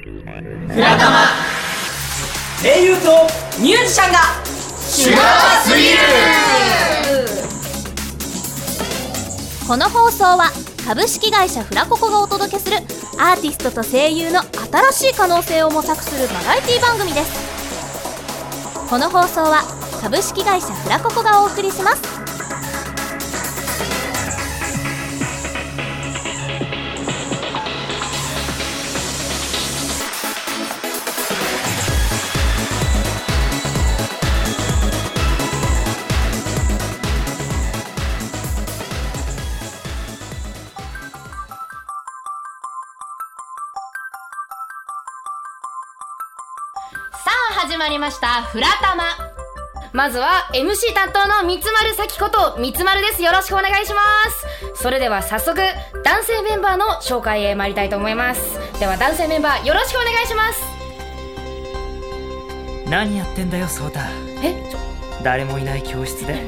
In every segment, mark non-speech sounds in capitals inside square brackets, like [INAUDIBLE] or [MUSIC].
フラタマ声優とミュージシャンがシュガーすぎるこの放送は株式会社フラココがお届けするアーティストと声優の新しい可能性を模索するバラエティ番組ですこの放送は株式会社フラココがお送りしますさあ始まりました「フラタマ」まずは MC 担当の三丸咲子と三丸ですよろしくお願いしますそれでは早速男性メンバーの紹介へ参りたいと思いますでは男性メンバーよろしくお願いします何やってんだよ颯太えちょ誰もいない教室で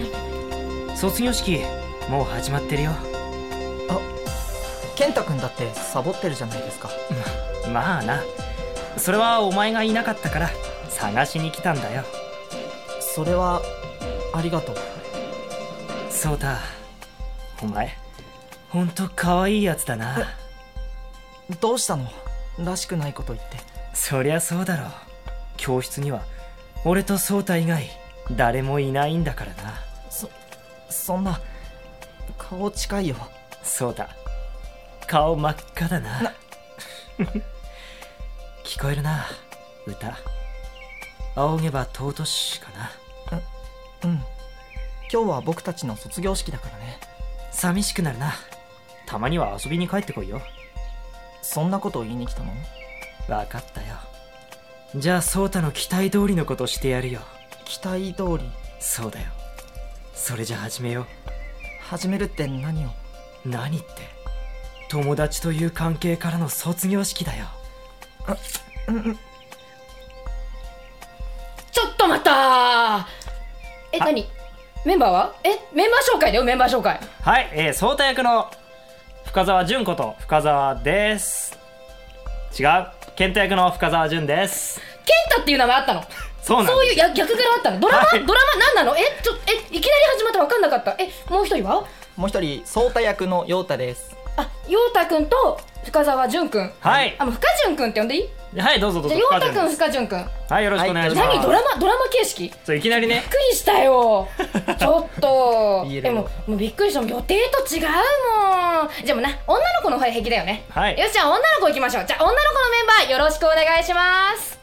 卒業式もう始まってるよ健太君だってサボってるじゃないですかまあなそれはお前がいなかったから探しに来たんだよそれはありがとうそうだお前ほんと可愛いやつだなどうしたのらしくないこと言ってそりゃそうだろう教室には俺と颯太以外誰もいないんだからなそんな顔近いよそうだ顔真っ赤だな [LAUGHS] 聞こえるな歌仰げば尊しかなうん今日は僕たちの卒業式だからね寂しくなるなたまには遊びに帰ってこいよそんなことを言いに来たの分かったよじゃあ颯太の期待通りのことしてやるよ期待通りそうだよそれじゃ始めよ始めるって何をう何って友達という関係からの卒業式だよちょっと待ったえ何メンバーはえメンバー紹介だよメンバー紹介はい、えー、相対役の深澤純子と深澤です違う健太役の深澤純です健太っていう名前あったのそうなんですそういうや逆柄あったのドラマ、はいドラマ何なのえちょえいきなり始まった分かんなかったえもう一人はもう一人颯太役の陽太ですあ陽太くんと深澤純くんはいあもう深純くんって呼んでいいはいどうぞどうじぞゃあ陽深太くん澤純です深純くんはいよろしくお願いします、何ドラマドラマ形式びっそういきなり [LAUGHS] ねくりしたよ [LAUGHS] ちょっと言えるでももうびっくりしたもん予定と違うもんじゃあもうな女の子の方が平気だよねはいよしじゃあ女の子行きましょうじゃあ女の子のメンバーよろしくお願いします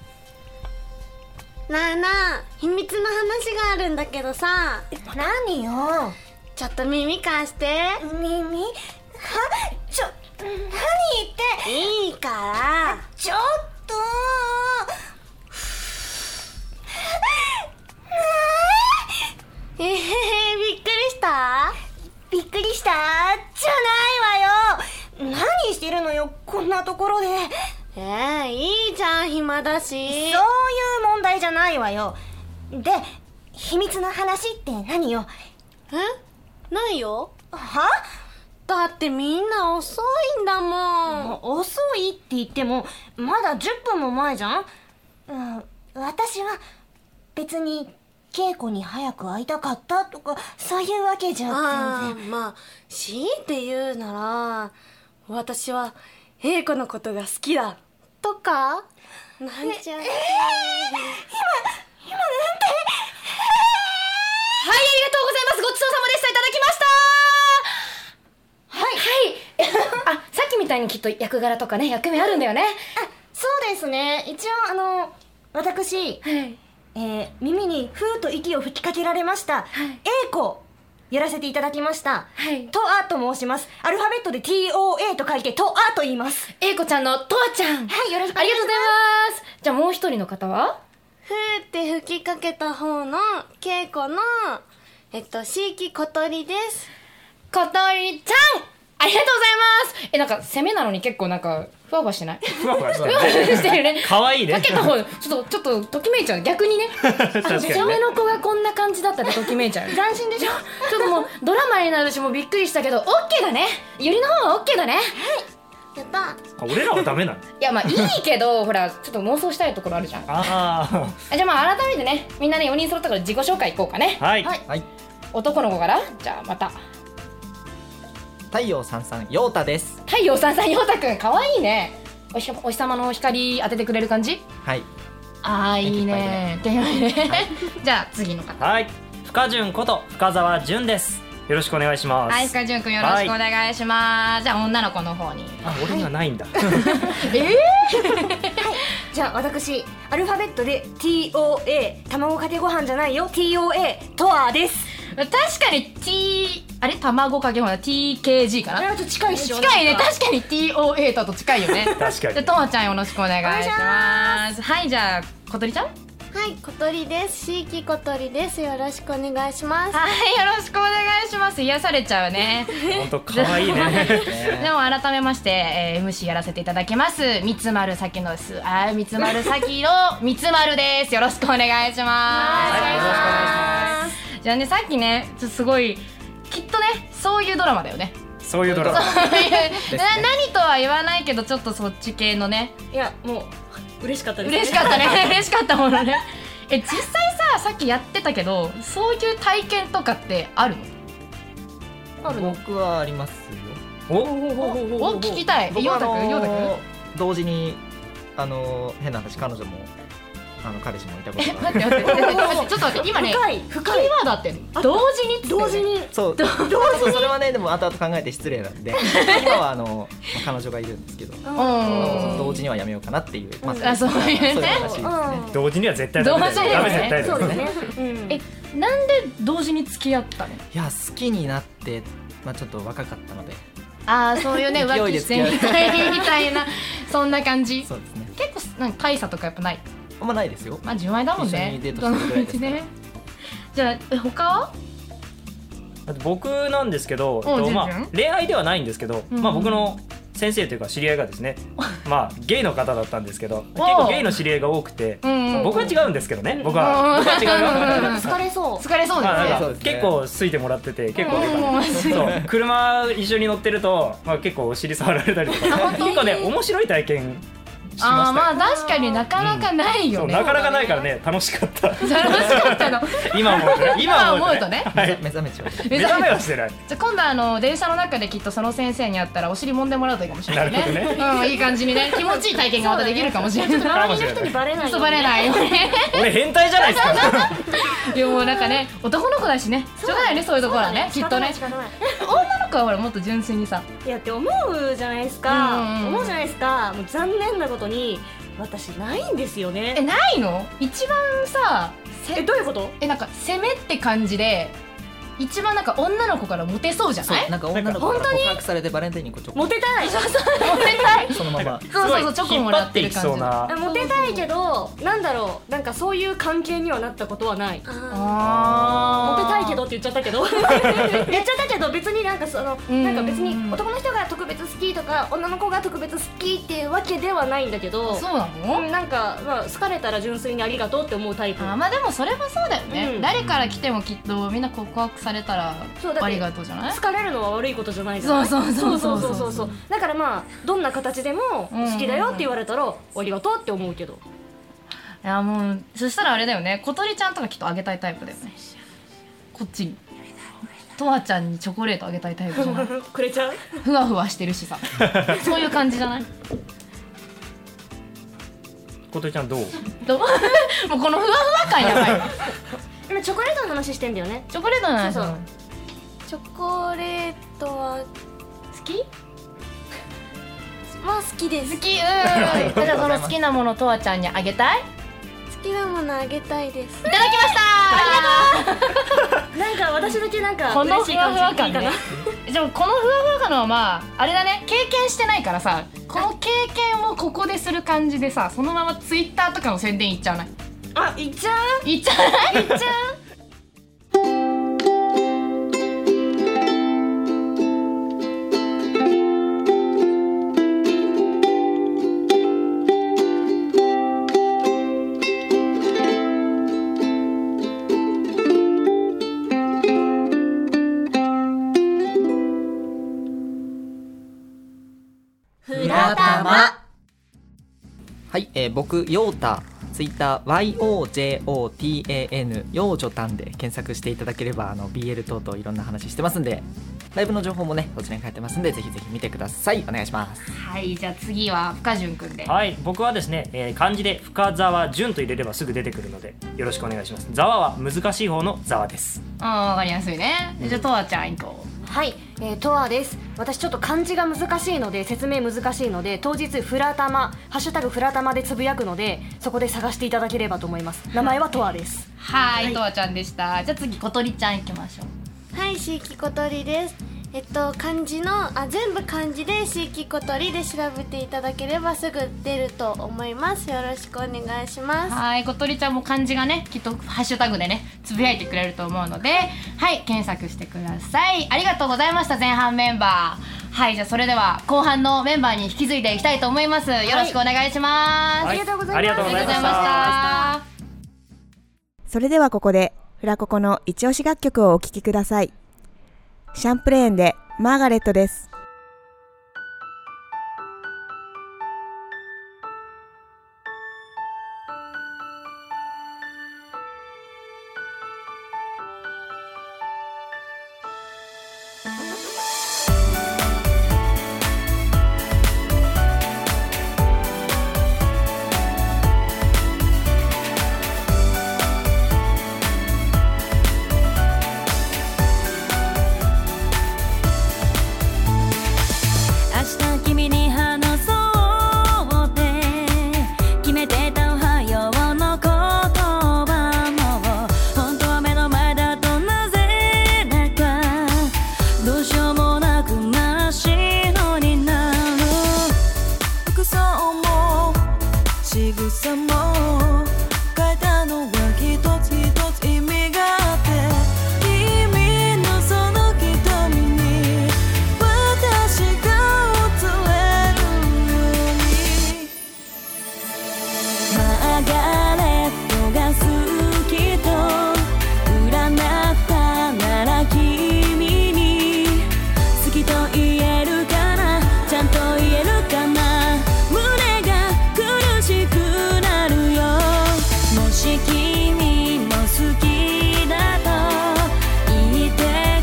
なあなあ秘密の話があるんだけどさ何よちょっと耳貸して耳はちょ何言っていいからちょっ [LAUGHS] とえへへびっくりしたびっくりしたじゃないわよ何してるのよこんなところでそういえー、いいじゃん暇だしう問題じゃないわよで秘密の話って何よえないよはだってみんな遅いんだもん遅いって言ってもまだ10分も前じゃんうん私は別に稽古に早く会いたかったとかそういうわけじゃあ全然ーまあ強いて言うなら私は英子のことが好きだとかなんちゃってはいありがとうございますごちそうさまでしたいただきましたはいはい [LAUGHS] あさっきみたいにきっと役柄とかね役目あるんだよねそうですね一応あの私、はいえー耳にふーっと息を吹きかけられましたい英子、やらせていただきました、はいとあと申しますアルファベットで TOA と書いてとあと言いますえいこちゃんのとわちゃんはいよろしくおあ願りがいしとうございますじゃあもう一人の方はふーって吹きかけた方の稽古のえっと椎木小鳥です小鳥ちゃんありがとうございますえなんか攻めなのに結構なんかふわふわしてないふわふわしてふわふわるしてるね可愛いねかけた方ちょっとちょっとときめいちゃう逆にね確かにねあのめの子がこんな感じだったらときめいちゃうちょます斬新でしょっともうドラマになるしもうびっくりしたけどオッケーだねゆりの方はオッケーだねやったあ俺らはダメなのいやまあいいけど [LAUGHS] ほらちょっと妄想したいところあるじゃんあじゃあまあ改めてねみんなね4人揃ったから自己紹介いこうかねあはい、はいはい男の子からじゃあまた太陽さんさん陽太です太陽さんさん陽太くんかわいいねおひお日様の光当ててくれる感じはいああいいね手前ね [LAUGHS] じゃあ次の方はい深潤こと深澤潤ですよろしくお願いします、はいスカジュンくんよろしくお願いします、じゃあ女の子の方にあ俺にはないんだじゃあ私アルファベットで TOA 卵かけご飯じゃないよ TOA とはです確かに T あれ卵かけご飯 TKG かあれなはちょっと近いっしょ近いねなんか確かに TOA とと近いよ [LAUGHS] ね確かにじゃあともちゃんよろしくお願いしますはいじゃあ小鳥ちゃんはい小鳥です椎木小鳥ですよろしくお願いしますはい、よろしくお願いします。癒されちゃうね。本当可愛 [LAUGHS] いねでも改めまして、えー MC やらせていただきます。三つ丸先のす、あー、三つ丸先の三つ丸です。よろしくお願いします。はいよろしくお願いします。じゃあね、さっきね、ちょっとすごい、きっとね、そういうドラマだよね。そういうドラマな何とは言わないけど、ちょっとそっち系のね、いやもう嬉しかったです嬉しかったね嬉しかったものねえ実際ささっきやってたけどそういう体験とかってあるの僕はありますよおお聞きたいえ僕陽はあ太くん陽太くんの同時にあの変な話彼女もあの彼氏もいたことえがあ待るって待って待って待ってちょっと待って今ね深いキーワードあってんの同時にっつって同時ににそうそうそれはねでも後々考えて失礼なんで今はあの、まあ彼女がいるんですけどうん同時にはやめようかなっていう、まああそういうねそういう話ですね同時には絶対ダメだ同よ時にはねダメ絶対そダうメですね、うん、えなんで [LAUGHS] 同時に付き合ったのいや好きになってまあちょっと若かったのでああそういうね勢浮気いでして付き合みうたいみたいなそんな感じ結そうですね構なんか大差とかやっぱないあんまないですよまあ純愛だもんね一緒にデートしたぐらいですからね [LAUGHS] じゃあえ他はだって僕なんですけど、えっ順と々まあ、恋愛ではないんですけど、うんまあ、僕の先生というか知り合いがですね、まあ、ゲイの方だったんですけど結構ゲイの知り合いが多くて、うんうん僕は違うんですけどね、僕は僕は違 [LAUGHS] うよ疲れそう疲れそうですまあねなんそうかですね結構好いてもらってて結構うんうんうんそう車一緒に乗ってると、まあ、結構お尻触られたりとか結構ね面白い体験しあまーしたまよあ確かになかなかないそようね、なかなかないからね楽しかった楽しかったの今思うと [LAUGHS] ね今思うとねはい目覚めちゃう [LAUGHS] 目覚めはしてない [LAUGHS] じゃあ今度あの電車の中できっとその先生に会ったらお尻揉んでもらうといいかもしれないねなるほうん、いい感じにね気持ちいい体験がまたできるかもしれないかもし周りれの人なにいバレない遊ばれないよね俺変態じゃないで [LAUGHS] すかいやもうなんかね男の子だしねしょうがないねそういうところはねきっとね仕方ない女の子はほらもっと純粋にさいやって思うじゃないですうんか、うんうん思うじゃないですかもう残念なことに私ないんですよえねないの一番さえせどういうことえなんか攻めって感じで一番なんか女の子からモテそうじゃそないうなんか女の子から告白されてバレンタインにこうちょモこテたいモテたいそのままそうそうそうすチごョいコ引もっら張っっててるいきそ感うじなあモテたいけどなんだろうなんかそういう関係にはなったことはないモテあーたいけどって言っちゃったけど言っちゃったけど別になんかそのうんなんか別に男の人が特別好きとか女の子が特別好きっていうわけではないんだけどそうなの、うんなんか、まあ、好かれたら純粋にありがとうって思うタイプあーまあでもそれはそうだよね、うん誰から来てもきっとみんな告白されたらそうだってありがとうじゃない好かれるのは悪いことじゃないじゃないそうそうそそうそうそううそうそうだからまあどんな形でもうん好きだよって言われたらありがとうって思うけどいやもうそしたらあれだよね小鳥ちゃんとかきっとあげたいタイプだよねこっちにとわちゃんにチョコレートあげたいタイプじゃ [LAUGHS] ないくれちゃうふわふわしてるしさそういう感じじゃない小鳥ちゃんどうどう [LAUGHS] もうこのふわふわ感やばい今チョコレートの話してんだよねチョコレートの話そうなそのうチョコレートは好き [LAUGHS] まあ好きです好きうん [LAUGHS] じゃあその好きなものとわちゃんにあげたいい好きなものあげたいですただきましたありがとうなんか私だけなんかこの嬉ふしいわ感ふじわい感いかねなでもこのふわふわ感のはまああれだね経験してないからさこの経験をここでする感じでさそのままツイッターとかの宣伝いっちゃわないあいっちゃういっちゃわないいっちゃうフラはい、えー、僕ヨータツイッター YOJOTAN 幼女たんで検索していただければあの BL 等々いろんな話してますんでライブの情報もねそちらに書いてますんでぜひぜひ見てくださいお願いしま [LAUGHS] すはいじゃあ次は深潤くんではい僕はですね、えー漢字で深沢純と入れればすぐ出てくるのでよろしくお願いします沢は難しい方の沢ですあわかりやすいねじゃあとわちゃん行こうはい、えー、とわです私ちょっと漢字が難しいので説明難しいので当日フラタマハッシュタグフラタマでつぶやくのでそこで探していただければと思います名前はとわですはいとわちゃんでしたじゃあ次小鳥ちゃん行きましょうはい、シーキコトリです。えっと、漢字の、あ、全部漢字で、シーキコトリで調べていただければすぐ出ると思います。よろしくお願いします。はい小鳥ちゃんも漢字がねきっとハッシュタグでねつぶやいてくれると思うのではい検索してくださいありがとうございました前半メンバーはいじゃあそれでは後半のメンバーに引き継いでいきたいと思いますよろしくお願いします、はいありがとうございますありがとうございましたそれではここで、フラココの一押し楽曲をお聴きください。シャンプレーンでマーガレットです。明日君に話そうって決めてたおはようの言葉も本当は目の前だとなぜだかどうしようもなく真っ白になる服装も仕草も変えたのは一つ一つ意味があって君のその瞳に私が映れるように「マーガレットが好きと占ったなら君に」「好きと言えるかなちゃんと言えるかな」「胸が苦しくなるよ」「もし君も好きだと言って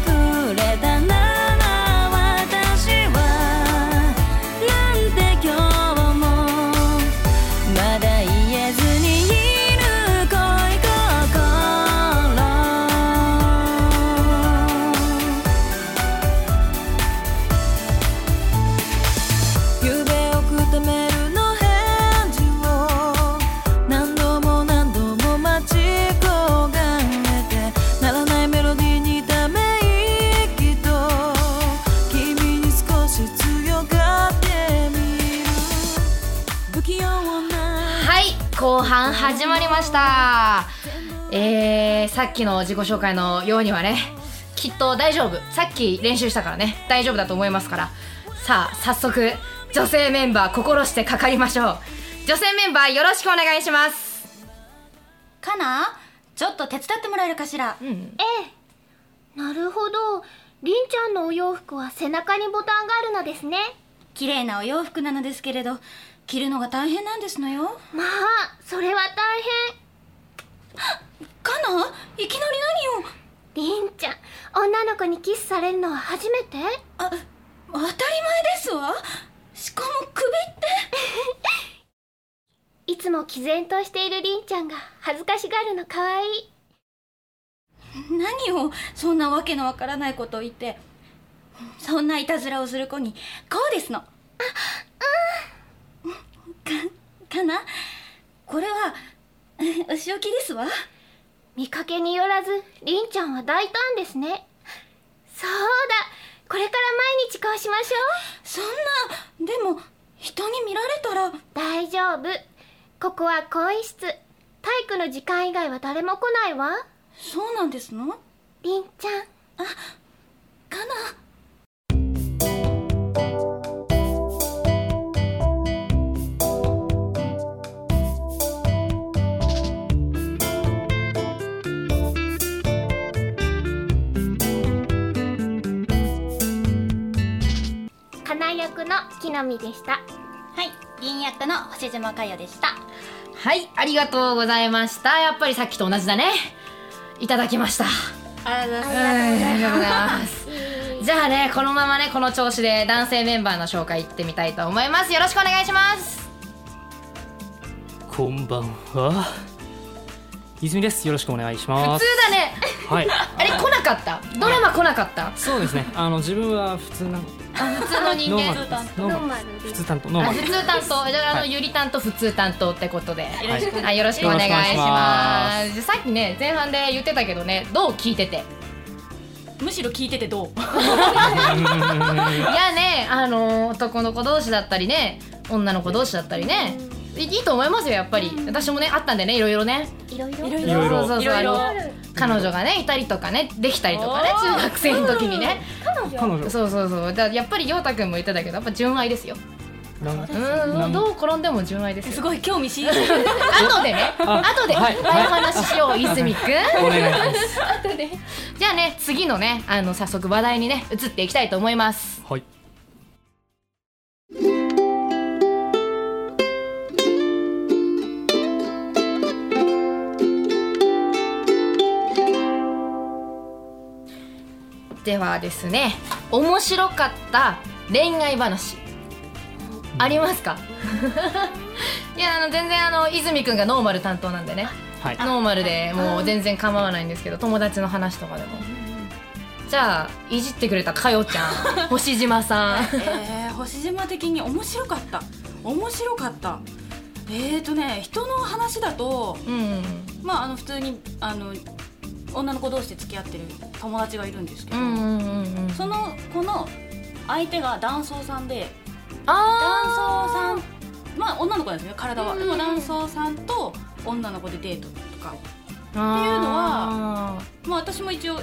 くれたなら私はなんて今日も」まだ言えずにいる恋心ゆべ送ったメールの返事を何度も何度も待ち焦がれてならないメロディーにため息と君に少し強がってみる不器用なはい後半始まりましたえー、さっきの自己紹介のようにはねきっと大丈夫さっき練習したからね大丈夫だと思いますからさあ早速女性メンバー心してかかりましょう女性メンバーよろしくお願いしますかなちょっと手伝ってもらえるかしらうんなるほど。りんちゃんのお洋服は背中にボタンがあるのですね。綺麗なお洋服なのですけれど着るのが大変なんですのよまあ、それは大変。かないきなりりんちゃん、女の子にキスされるのは初めて何をあ当たり前ですわしかも首っていつも毅然としているりんちゃんが恥ずかしがるのかわいい。何をそんなわけのわからないことを言ってそんないたずらをする子にこうですのあうんかかなこれはうんお仕置きですわ見かけによらず、りんちゃんは大胆ですね。そうだ、これから毎日こうしましょそんなでも人に見られたらう。大丈夫。ここは更衣室。体育の時間以外は誰も来ないわ。そうなんですのりんちゃん。かなかな役の木の実でした。はい銀役の星島佳代でしたはいありがとうございましたやっぱりさっきと同じだねいただきましたありがとうござはいいありがとうございますじゃあねこのままねこの調子で男性メンバーの紹介いってみたいと思いますよろしくお願いしますこんばんは泉ですよろしくお願いしま普す通だねはいあれ来なかったドラマ来なかったそうですねあの自分は普通なの普通の人ノー間マルですノーマル普通担当ノーあマル普通担当じゃああの、ゆり担当普通担当ってことでよろしくあよろしくお願いしよろしくお願まいしすさっきね前半で言ってたけどねどう聞いててむしろ聞いててどういやねあの男の子同士だったりね女の子同士だったりねいいいと思いますよやっぱり、私もねあったんでねいろいろねいろいそうそうろそうあの彼女がねいたりとかねできたりとかね中学生の時にね彼女そうそうそうだからやっぱり陽太くんも言ってたけどやっぱ純愛ですよなんうんどう転んでも純愛ですよすごい興味津々後でねあ後でいっぱはいいお話ししよう泉くんお願いしますじゃあね次のねあの早速話題にね移っていきたいと思いますはいではですね面白かった恋愛話ありますかいやあの全然あの泉くんがノーマル担当なんでねはいノーマルでもう全然構わないんですけど友達の話とかでもじゃあいじってくれたかよち [LAUGHS] ゃん星島さんえー、星島的に面白かった面白かったえーとね人の話だと [LAUGHS] うんまああの普通にあの女の子同士で付き合ってる友達がいるんですけうど、んうんうんうんその子の相手が男装さんで男あ装さんまあ女の子なんですよね体は、でも男装さんと女の子でデートとかーあっていうのはまあ私も一応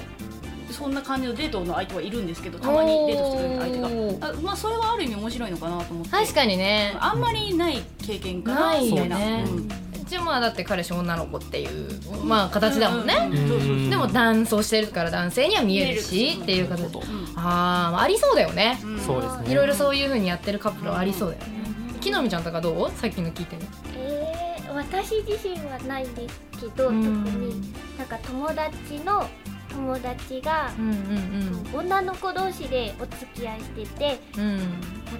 そんな感じのデートの相手はいるんですけどたまにデートしてくれる相手おーがあまあそれはある意味面白いのかなと思って確かにねあんまりない経験かなないよねみたいなうんうちもだって彼氏女の子っていうまあ形だもんね、うそうそうでも男装してるから男性には見える見えるししっていう形うんあーまあありそうだよね、うんそうですねいろいろそういう風にやってるカップルはありそうだよね、木の実ちゃんとかどうさっきの聞いてるえー、私自身はないんですけど、うん特になんか友達の友達が、うんうん女の子同士でお付き合いしててうんうん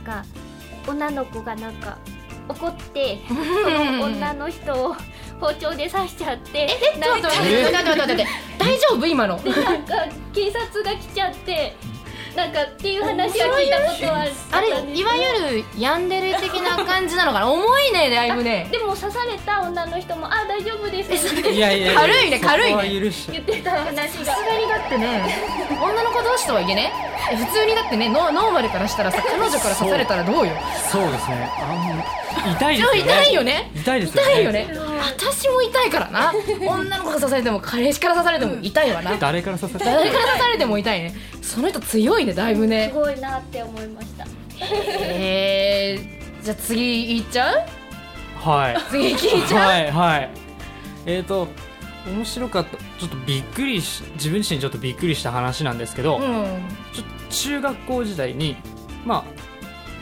なんか女の子がなんか怒って [LAUGHS] その女の人を [LAUGHS] 包丁で刺しちゃってちょなっんとか待って待って待って待って大丈夫今の [LAUGHS] なんか警察が来ちゃってなんかっていう話は聞いたことはあれったんですけいどわゆるヤンデレ的な感じなのかな重いねだいぶねでも刺された女の人も「あ大丈夫です」っていやいや軽いね軽いねそこは許して言ってた話がさすがにだってね女の子同士とはいえねえ普通にだってねノノーマルからしたらさ彼女から刺されたらどうよそうですねあん痛いですよね痛いよね痛いですよね痛いよね私も痛いからな女の子が刺されても彼氏から刺されても痛いわ [LAUGHS] な誰から刺された誰から刺されても痛いねその人強いねだいぶすねごいなって思いましたえー、じゃあ次いっちゃうはい次聞いちゃうはいはいえー、と面白かったちょっとびっくりし自分自身にちょっとびっくりした話なんですけど、うんちょ中学校時代にまあ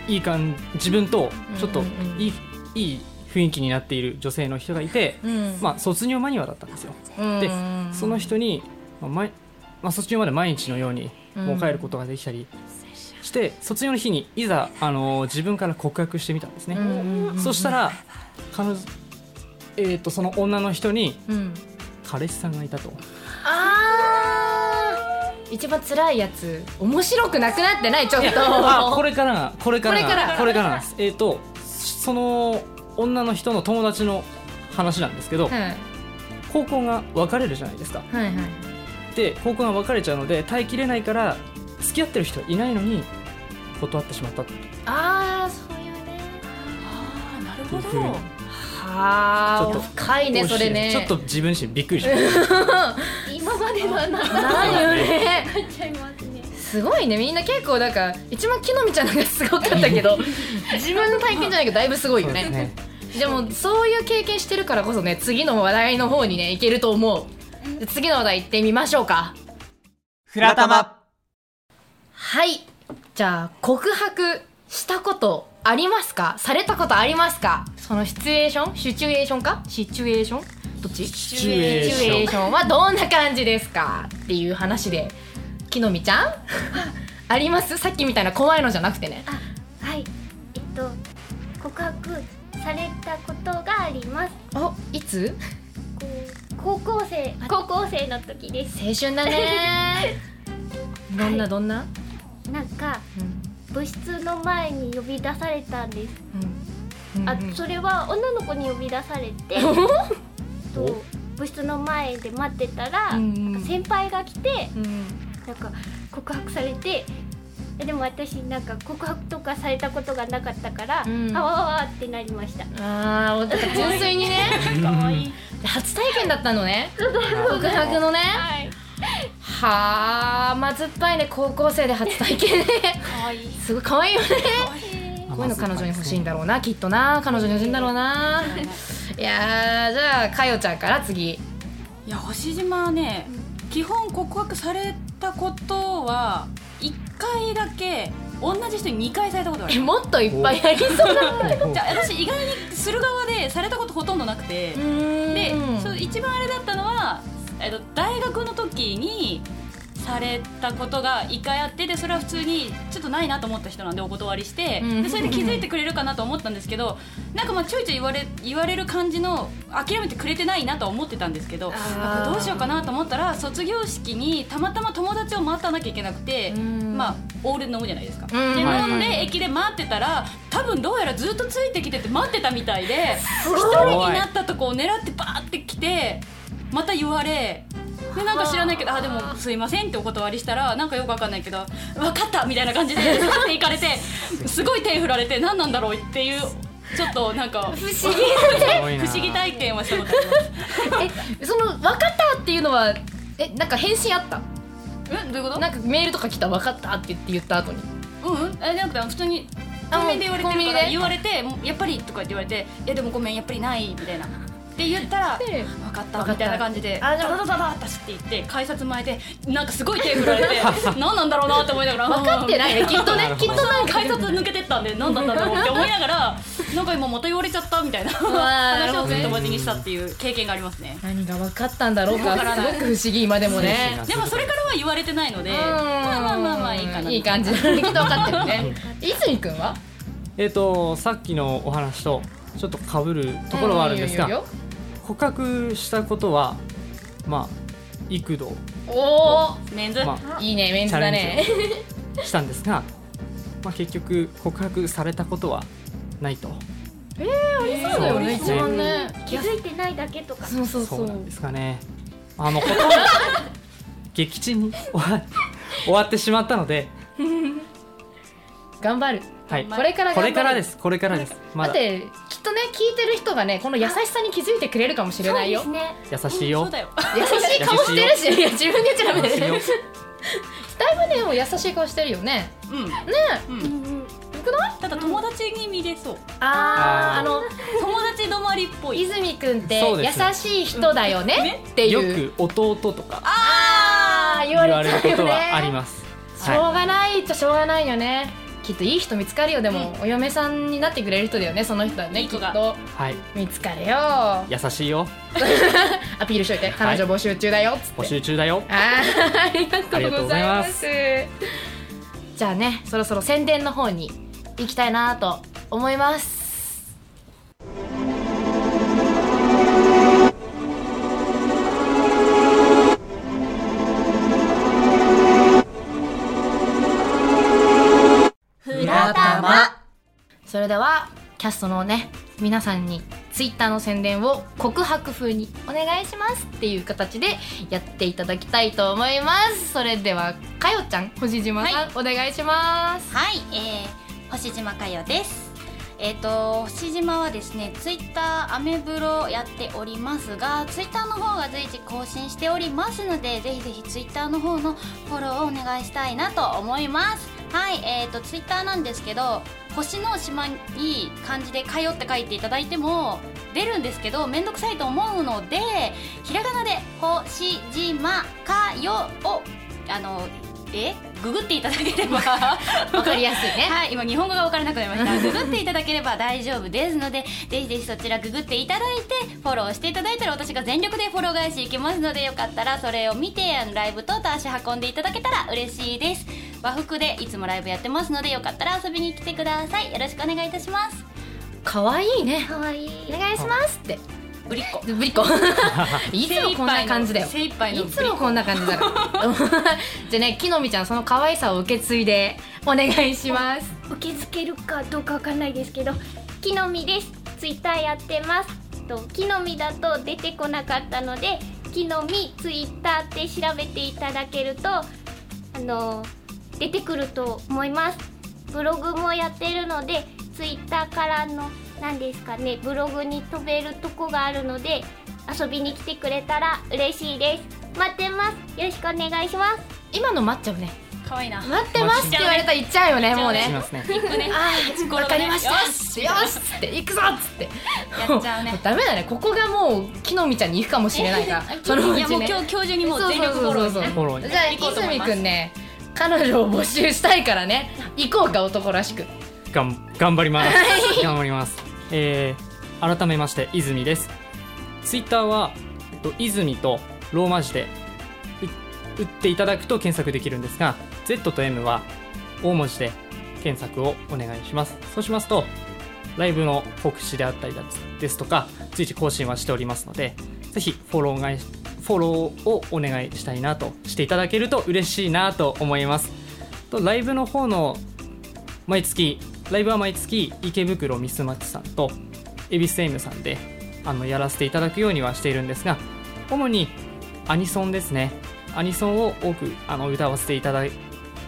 いい感じ自分とちょっとうんうんいい,、いい雰囲気になっている女性の人がいて、うんまあ、卒業間際だったんですようんでその人に、まあ毎まあ、卒業まで毎日のようにもう帰ることができたりして、卒業の日にいざ、あのー自分から告白してみたんですね、うんそしたら彼女、えー、とその女の人にうん彼氏さんがいたとあー一番辛いやつ面白くなくなってないち [LAUGHS] ょっとあこれからがこれからこれからがこれからなんですえっ、とその女の人の友達の話なんですけどはいはい高校が別れるじゃないですかはいで高校が別れちゃうので耐えきれないから付き合ってる人いないのに断ってしまったっていああそういうねあーなるうほふうにどはちょあっと深いねそれねちょっと自分自身びっくりしま [LAUGHS] した今までの話になっなるよねちゃいますねすごいねみんな結構なんか一番木の実ちゃんなんかすごかったけ [LAUGHS] ど自分の体験じゃないけどだいぶすごいよねでもそういう経験してるからこそね次の話題の方にねいけると思うじゃあ次の話題行ってみましょうかフラタマはいじゃあ告白したことありますかされたことありますかそのシチュエーションシチュエーションかシチュエーションどっちシチュエーションチュエーションはどんな感じですかっていう話で木の実ちゃ [LAUGHS] んありますさっきみたいな怖いのじゃなくてねはいえっと告白されたことがありますおいつこう高校生高校生の時です青春だ [LAUGHS] ねどんなどんな、なんかうん部室の前に呼び出されたんですうんうんあうんそれは女の子に呼び出されて [LAUGHS] と部室の前で待ってたら、うんうん先輩が来てうんなんか告白されてえでも私なんか告白とかされたことがなかったから、うんあわわわってなりましたあーお純粋にね初体験だったのね告白のねはいはあまずっぱいね高校生で初体験ね [LAUGHS] かわいいすごい可愛いよ [LAUGHS] ねあこういうの彼女に欲しいんだろうなきっとな彼女に欲しいんだろうないやーじゃあかよちゃんから [LAUGHS] 次いや星島はね、基本告白されたことは1回だけ同じ人に2回されたことがあえるもっといっぱいありそうだじゃあ私意外にする側でされたことほとんどなくて、 [LAUGHS] でそう一番あれだったのは、えっと、大学の時にされたことが1回あってでそれは普通にちょっとないなと思った人なんでお断りして、うんでそれで気づいてくれるかなと思ったんですけどなんかまあちょいちょい言われ言われる感じの諦めてくれてないなとは思ってたんですけどなんかどうしようかなと思ったら卒業式にたまたま友達を待たなきゃいけなくて、うんまあオールで飲むじゃないですか。うんではい飲んはいで駅で待ってたら多分どうやらずっとついてきてて待ってたみたいで一い人になったとこを狙ってバーって来てまた言われでなんか知らないけど「あでもすいません」ってお断りしたらなんかよくわかんないけど「分かった」みたいな感じで去って行かれてすごい手振られて何なんだろうっていうちょっとなん [LAUGHS] か不思議不思議体験はしたことありますえその「分かった」っていうのはえなんか返信あったえどういうことなんかメールとか来た「分かった」って言って言った後にうんうんえじゃなくて普通にあコンビニで言われてコンビるニかでら言われて「やっぱり」とかって言われて「いやでもごめんやっぱりない」みたいな。って言ったら「で分かった」わかったみたいな感じで「ああじじゃゃああダダダダ私」って言って改札前でなんかすごい手振られて何なんだろうなと思いながら分かってい [LAUGHS] ないねきっとねきっとなんか改札抜けてったんで何だったんだろうって思いながらなんか今また言われちゃったみたいなーな話るほどをねずっと待ちにしたっていう経験がありますね [LAUGHS] 何が分かったんだろうかわからすないごく不思議今でもねでもそれからは言われてないのでうんまあまあまあまあいいかないい感じきっと分かってる [LAUGHS] ね泉くんはえっ、とさっきのお話とちょっとかぶるところはあるんですういいがよ捕獲したことはまあ [LAUGHS] 幾度、いいよおメンズ、まおいいねメあ、ンチズだャレンねジをしたんですが、まあ、結局告白されたことはないとそうだよね一番ね気づいてないだけとかそうそうそそううなんですかね [LAUGHS] あのほとんど撃沈に終わ終わってしまったので、頑張るはい、これから頑張るこれからですこれからですまだっだてきっとね聞いてる人がねこの優しさに気づいてくれるかもしれないよそうですね優しいそようだよ優しい顔してるしいや自分で調べ優てしいよるだいぶねもう優しい顔してるよねうんねうんただ友達に見れそうあーああーの友達止まりっぽい泉くんってそう優ですねしい人だよねってよいうく弟とかあー言言われるこちゃうよとねはありますしょうがないっちゃしょうがないよねきっといい人見つかるよでも、お嫁さんになってくれる人だよねその人はねいいきっ子がとはい、見つかれよア優しいよピールしといては彼い女募集中だよっつって、募集中だよあー [LAUGHS] ありがとうございますあじゃあねそろそろ宣伝の方に行きたいなと思いますふらたまそれではキャストのね皆さんにツイッターの宣伝を告白風にお願いしますっていう形でやっていただきたいと思いますそれではかよちゃん星島さん、お願いしますはい、えー、星島かよです。えっ、と星島はですね、ツイッターアメブロやっておりますが、ツイッターの方が随時更新しておりますので、ぜひぜひツイッターの方のフォローをお願いしたいなと思います。はい、えっ、とツイッターなんですけど、星の島に漢字でかよって書いていただいても出るんですけど、めんどくさいと思うので、ひらがなで星島かよをあのえでググっていただければわかりやすいねはい今日本語が分からなくなりましたググっていただければ大丈夫ですのでぜひぜひそちらググっていただいてフォローしていただいたら私が全力でフォロー返しいけますのでよかったらそれを見てあのライブと足運んでいただけたら嬉しいです和服でいつもライブやってますのでよかったら遊びに来てくださいよろしくお願いいたします可愛いね可愛いいお願いしますってぶりっ子ぶり [LAUGHS] っ子いつもこんな感じだよ精一杯のいつもこんな感じだから [LAUGHS] じゃあねきのみちゃんその可愛さを受け継いでお願いします受け付けるかどうかわかんないですけど木の実ですツイッターやってますと木の実だと出てこなかったので木の実ツイッターって調べていただけるとあの出てくると思いますブログもやってるのでツイッターからの何ですかねブログに飛べるとこがあるので遊びに来てくれたら嬉しいです待ってますよろしくお願いします今の待っちゃうね可愛いな待ってますって言われたら言っちゃうよねもうねしますねピンクねあ一頃あねわかりましたよよししよしっつって行くぞっつってやっちゃうねダメだねここがもう木の実ちゃんに行くかもしれな [LAUGHS] いからそのういやちもうね今日今日中にもう全力フォローですねフォローにじゃあ行こうと思い泉ますくんね彼女を募集したいからね行こうか男らしくがん頑張ります [LAUGHS] 頑張りますえー、改めまして泉ですツイッターは、えっと、泉とローマ字でう打っていただくと検索できるんですが Z と M は大文字で検索をお願いしますそうしますとライブの告知であったりだですとか随時更新はしておりますのでぜひフォローがいフォローをお願いしたいなとしていただけると嬉しいなと思いますとライブの方の毎月ライブは毎月池袋ミスマッチさんと恵比寿エムさんであのやらせていただくようにはしているんですが主にアニソンですねアニソンを多くあの歌わせていただい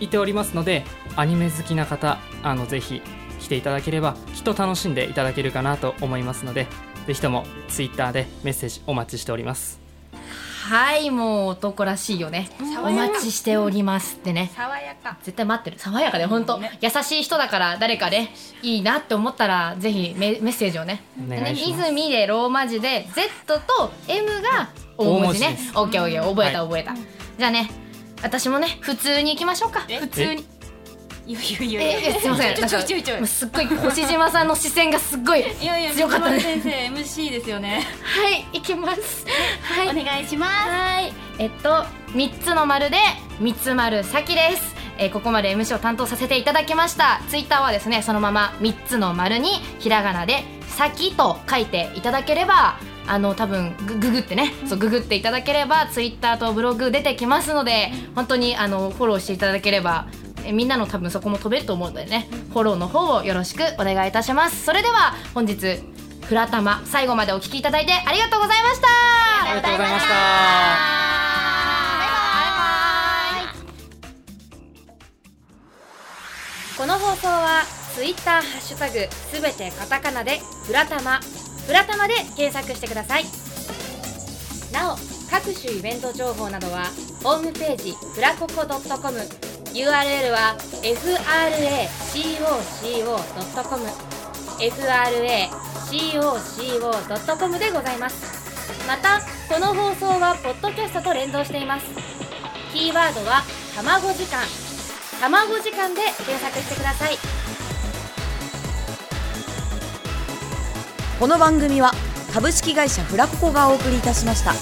ておりますのでアニメ好きな方あのぜひ来ていただければきっと楽しんでいただけるかなと思いますのでぜひとも Twitter でメッセージお待ちしておりますはいもう男らしいよねお待ちしておりますってね爽やか絶対待ってる爽やかで本当、優しい人だから誰かで、いいなって思ったらぜひメメッセージをねお願いします泉でローマ字で Z と M が大文字ね大文字ですオッケーオッケー覚えたはい覚えた、じゃあね私もね普通に行きましょうか普通にいやいやいやいえやえすいませんちょいちょいちょいちょいなんかもうすっごい星島さんの視線がすっごいいやいや強かったね水丸先生 MC ですよねはい行きますはい [LAUGHS] お願いしますはい、えっと三つの丸で三つ丸先です。えーここまで MC を担当させていただきました。ツイッターはですね、そのまま三つの丸にひらがなで先と書いていただければ。あの多分グググってね、そうググっていただければツイッターとブログ出てきますので本当にあのフォローしていただければえみんなの多分そこも飛べると思うのでねフォローの方をよろしくお願いいたしますそれでは本日「フラタマ」最後までお聞きいただいてありがとうございましたありがとうございましたこの放送はツイッターハッシュタグすべてカタカナでフラタマフラタマで検索してくださいなお各種イベント情報などはホームページフラココ .comURL は fracoco.com fracoco.com でございますまたこの放送はポッドキャストと連動していますキーワードは「卵時間」卵時間で検索してくださいこの番組は株式会社フラココがお送りいたしました。